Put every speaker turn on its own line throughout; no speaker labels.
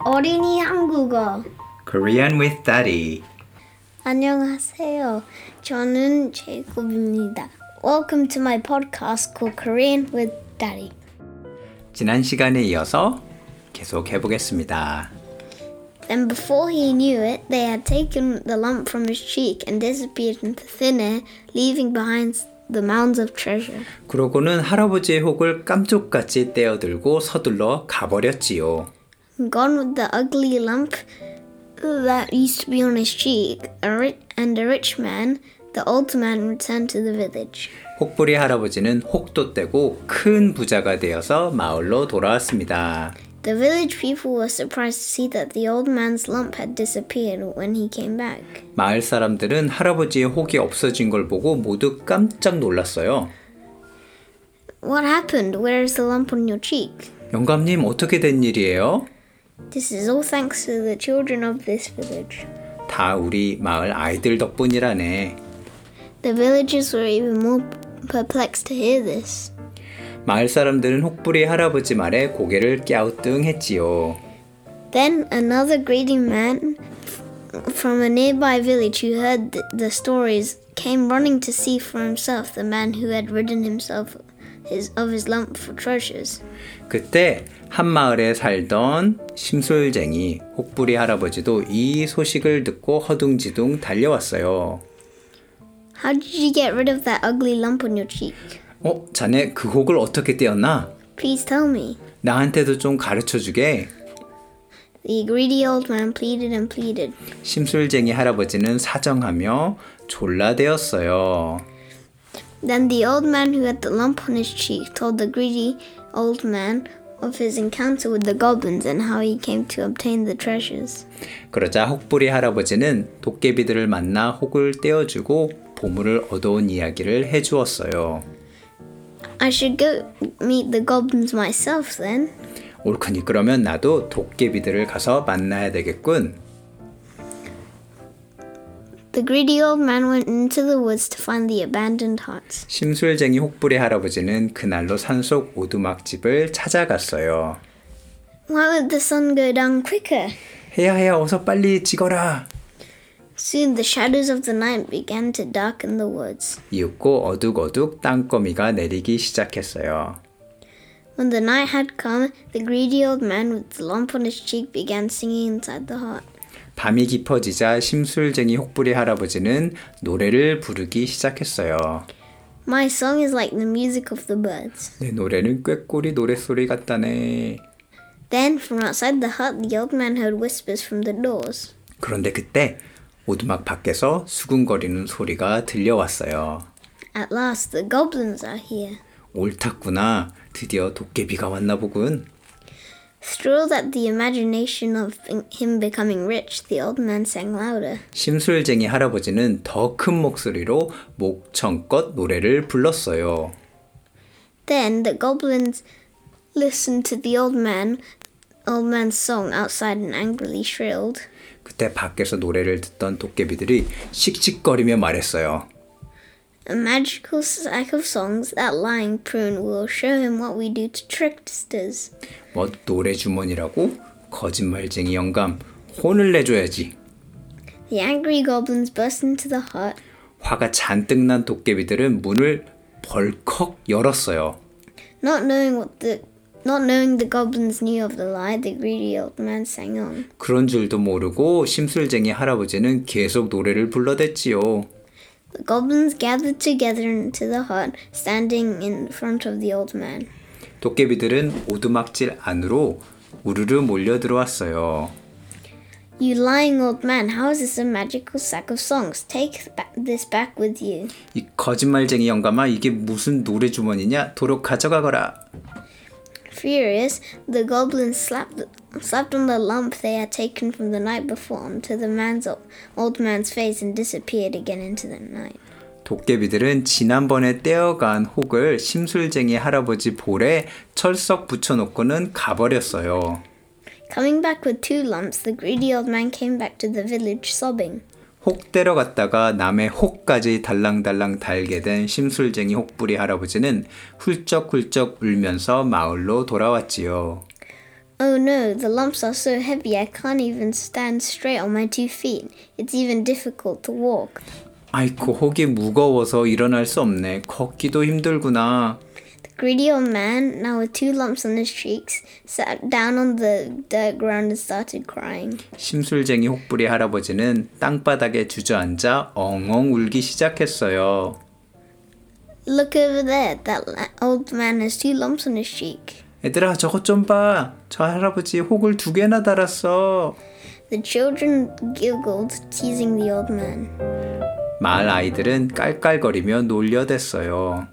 어린이 한국어.
Korean with Daddy.
안녕하세요. 저는 제이콥입니다. Welcome to my podcast called Korean with Daddy.
지난 시간에 이어서 계속 해보겠습니다.
Then before he knew it, they had taken the lump from his cheek and disappeared into thin air, leaving behind the mounds of treasure.
그러고는 할아버지의 혹을 깜쪽같이 떼어들고 서둘러 가버렸지요.
Gone with the ugly lump that used to be on his cheek, a ri- and a rich man, the old man returned to the village.
혹부리 할아버지는 혹도 떼고 큰 부자가 되어서 마을로 돌아왔습니다.
The village people were surprised to see that the old man's lump had disappeared when he came back.
마을 사람들은 할아버지의 혹이 없어진 걸 보고 모두 깜짝 놀랐어요.
What happened? Where is the lump on your cheek?
영감님 어떻게 된 일이에요?
This is all thanks to the children of this village.
다 우리 마을 아이들 덕분이라네.
The villagers were even more perplexed to hear this.
마을 사람들은 혹부리 할아버지 말에 고개를 갸우뚱했지요.
Then another greedy man f- from a nearby village who heard th- the stories came running to see for himself the man who had ridden himself his, of his lump for treasures.
그때 한 마을에 살던 심술쟁이 혹부리 할아버지도 이 소식을 듣고 허둥지둥 달려왔어요.
How did you get rid of that ugly lump on your cheek?
어, 자네 그 혹을 어떻게 떼었나?
Please tell me.
나한테도 좀 가르쳐 주게.
The greedy old man pleaded and pleaded.
심술쟁이 할아버지는 사정하며 졸라대었어요.
Then the old man who had the lump on his cheek told the greedy old man of his encounter with the goblins and how he came to obtain the treasures.
그러자 혹부리 할아버지는 도깨비들을 만나 혹을 떼어주고 보물을 얻어온 이야기를 해주었어요.
I should go meet the goblins myself then.
옳거니 그러면 나도 도깨비들을 가서 만나야 되겠군.
The greedy old man went into the woods to find the abandoned huts.
심술쟁이 혹부리 할아버지는 그날로 산속 오두막집을 찾아갔어요.
Why would the sun go down quicker?
해야해야 어서 빨리 지거라.
Soon the shadows of the night began to darken the woods.
이윽고 어둑어둑 땅거미가 내리기 시작했어요.
When the night had come, the greedy old man with the lump on his cheek began singing inside the hut.
밤이 깊어지자 심술쟁이 혹부리 할아버지는 노래를 부르기 시작했어요.
My song is like the music of the birds.
내 노래는 꾀꼬리 노랫소리 같다네.
Then, from outside the hut, the old man heard whispers from the doors.
그런데 그때 오두막 밖에서 수군거리는 소리가 들려왔어요.
At last, the goblins are here.
옳았구나. 드디어 도깨비가 왔나 보군.
Thrilled at the imagination of him becoming rich, the old man sang louder.
심술쟁이 할아버지는 더 큰 목소리로 목청껏 노래를 불렀어요.
Then the goblins listened to the old man, old man's song outside and angrily shrilled.
그때 밖에서 노래를 듣던 도깨비들이 씩씩거리며 말했어요.
A magical sack of songs, that lying prune will show him what we do to tricksters.
뭐 노래 주머니라고? 거짓말쟁이 영감 혼을 내줘야지.
The angry goblins burst into the hut.
화가 잔뜩 난 도깨비들은 문을 벌컥 열었어요.
Not knowing what the not knowing the goblins knew of the lie, the greedy old man sang on.
그런 줄도 모르고 심술쟁이 할아버지는 계속 노래를 불러댔지요.
The goblins gathered together into the hut, standing in front of the old man.
도깨비들은 오두막질 안으로 우르르 몰려 들어왔어요.
You lying old man, how is this a magical sack of songs? Take ba- this back with you.
이 거짓말쟁이 영감아 이게 무슨 노래 주머니냐? 도로 가져가거라.
Furious, the goblins slapped slapped on the lump they had taken from the night before onto the man's o- old man's face and disappeared again into the night.
도깨비들은 지난번에 떼어간 혹을 심술쟁이 할아버지 볼에 철썩 붙여놓고는 가버렸어요.
Coming back with two lumps, the greedy old man came back to the village sobbing.
혹 때려갔다가 남의 혹까지 달랑달랑 달게 된 심술쟁이 혹부리 할아버지는 훌쩍훌쩍 울면서 마을로 돌아왔지요.
Oh no, the lumps are so heavy I can't even stand straight on my two feet. It's even difficult to walk.
아이고, 혹이 무거워서 일어날 수 없네. 걷기도 힘들구나.
The greedy old man, now with two lumps on his cheeks, sat down on the dirt ground and started crying.
심술쟁이 혹부리 할아버지는 땅바닥에 주저앉아 엉엉 울기 시작했어요.
Look over there, that la- old man has two lumps on his cheek.
얘들아, 저것 좀 봐. 저 할아버지 혹을 두 개나 달았어.
The children giggled, teasing the old man.
마을 아이들은 깔깔거리며 놀려댔어요.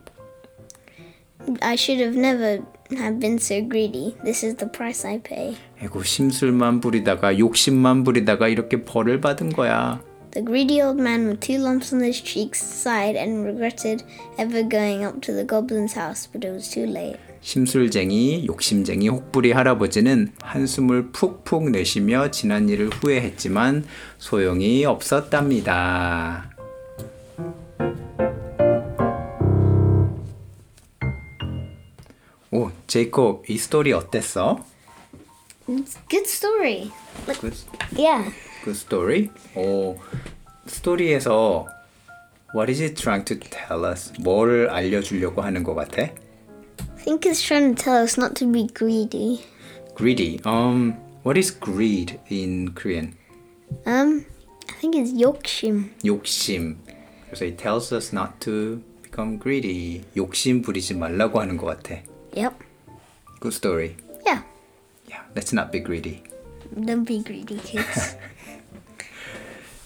I should have never have been so greedy. This is the price I pay.
에고 심술만 부리다가 욕심만 부리다가 이렇게 벌을 받은 거야.
The greedy old man with two lumps on his cheeks sighed and regretted ever going up to the goblin's house, but it was too late.
심술쟁이, 욕심쟁이, 혹부리 할아버지는 한숨을 푹푹 내쉬며 지난 일을 후회했지만 소용이 없었답니다. 오, 제이콥, 이 스토리 어땠어?
It's a good story. Like,
그,
yeah.
그 스토리? 오, 스토리에서 What is it trying to tell us? 뭐를 알려주려고 하는 것 같아?
I think it's trying to tell us not to be greedy.
Greedy. Um, what is greed in Korean?
Um, I think it's Yorkshire.
욕심. 그래서 it tells us not to become greedy. 욕심 부리지 말라고 하는 것 같아.
Yep.
Good story.
Yeah.
Yeah, let's not be greedy.
Don't be greedy, kids.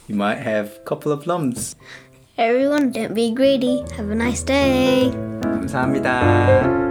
You might have couple of lumps.
Everyone, don't be greedy. Have a nice day.
감사합니다.